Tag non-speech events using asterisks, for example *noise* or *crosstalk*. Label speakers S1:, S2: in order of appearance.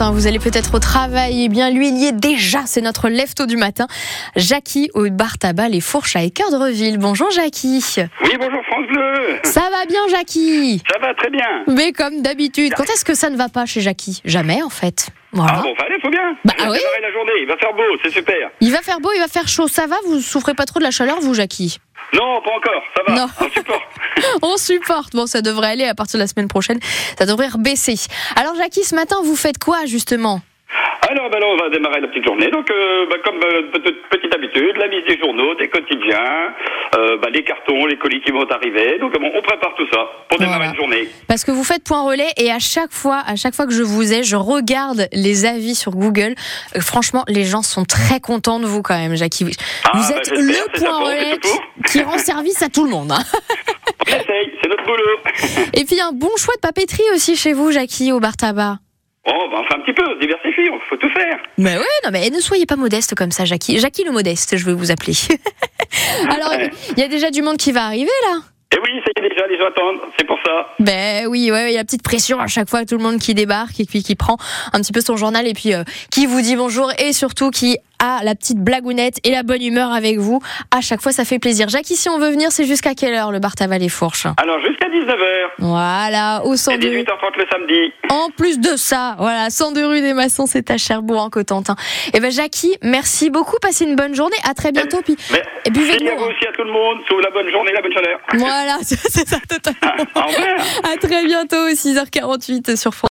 S1: Hein, Vous allez peut-être au travail, et bien lui il y est déjà, c'est notre lève-tôt du matin. Jackie au bar tabac Les Fourches à Équerdreville. Bonjour Jackie.
S2: Oui, bonjour France Bleu.
S1: Ça va bien Jackie
S2: Ça va très bien.
S1: Mais comme d'habitude, quand est-ce que ça ne va pas chez Jackie Jamais en fait.
S2: Ah
S1: Voilà.
S2: bon, enfin, allez, faut bien.
S1: Bah,
S2: Je vais
S1: oui.
S2: démarrer la journée, il va faire beau, c'est super.
S1: Il va faire beau, il va faire chaud, ça va Vous souffrez pas trop de la chaleur vous Jackie
S2: Non, pas encore, ça va.
S1: Non.
S2: On
S1: *laughs*
S2: supporte.
S1: On supporte. Bon, ça devrait aller à partir de la semaine prochaine, ça devrait baisser. Alors Jackie, ce matin, vous faites quoi justement
S2: Alors, ben là, on va démarrer la petite journée. Donc, euh, bah, comme euh, petite, petite habitude, la mise des journaux, des quotidiens, euh, bah, les cartons, les colis qui vont arriver. Donc, bon, on prépare tout ça pour démarrer
S1: Voilà.
S2: une journée.
S1: Parce que vous faites point relais et à chaque fois, à chaque fois que je vous ai, je regarde les avis sur Google. Euh, franchement, les gens sont très contents de vous quand même, Jackie. Vous
S2: Ah, bah,
S1: êtes
S2: j'espère,
S1: le
S2: c'est
S1: point
S2: d'abord, c'est
S1: relais
S2: tout pour.
S1: qui rend service à tout le
S2: *laughs*
S1: monde. hein.
S2: On essaye, c'est notre boulot.
S1: Et puis un bon choix de papeterie aussi chez vous, Jackie, au bar tabac.
S2: Oh, ben, enfin, un petit peu, on se diversifie, on faut tout faire.
S1: Mais ouais, non mais ne soyez pas modeste comme ça, Jackie. Jackie le modeste, je vais vous appeler. *laughs* Alors, il y a déjà du monde qui va arriver là.
S2: Et oui, ça y est déjà, les gens attendent, c'est pour ça.
S1: Ben oui, ouais, il y a la petite pression à chaque fois, tout le monde qui débarque et puis qui prend un petit peu son journal et puis euh, qui vous dit bonjour et surtout qui a la petite blagounette et la bonne humeur avec vous. À chaque fois, ça fait plaisir. Jacques, si on veut venir, c'est jusqu'à quelle heure le bar Taval et Fourche
S2: Alors, jusqu'à 19h
S1: Voilà, au
S2: et
S1: 102.
S2: 18h30 le samedi.
S1: En plus de ça, voilà, 102 rue des Maçons, c'est à Cherbourg en Cotentin. Et ben Jackie, merci beaucoup, passez une bonne journée, à très bientôt puis
S2: Mais
S1: et
S2: merci
S1: buvez-nous.
S2: à vous
S1: hein.
S2: aussi, à tout le monde. Sous la bonne journée, la bonne chaleur.
S1: *laughs* Voilà, c'est ça totalement.
S2: Au revoir.
S1: À très bientôt, 6h48 sur France.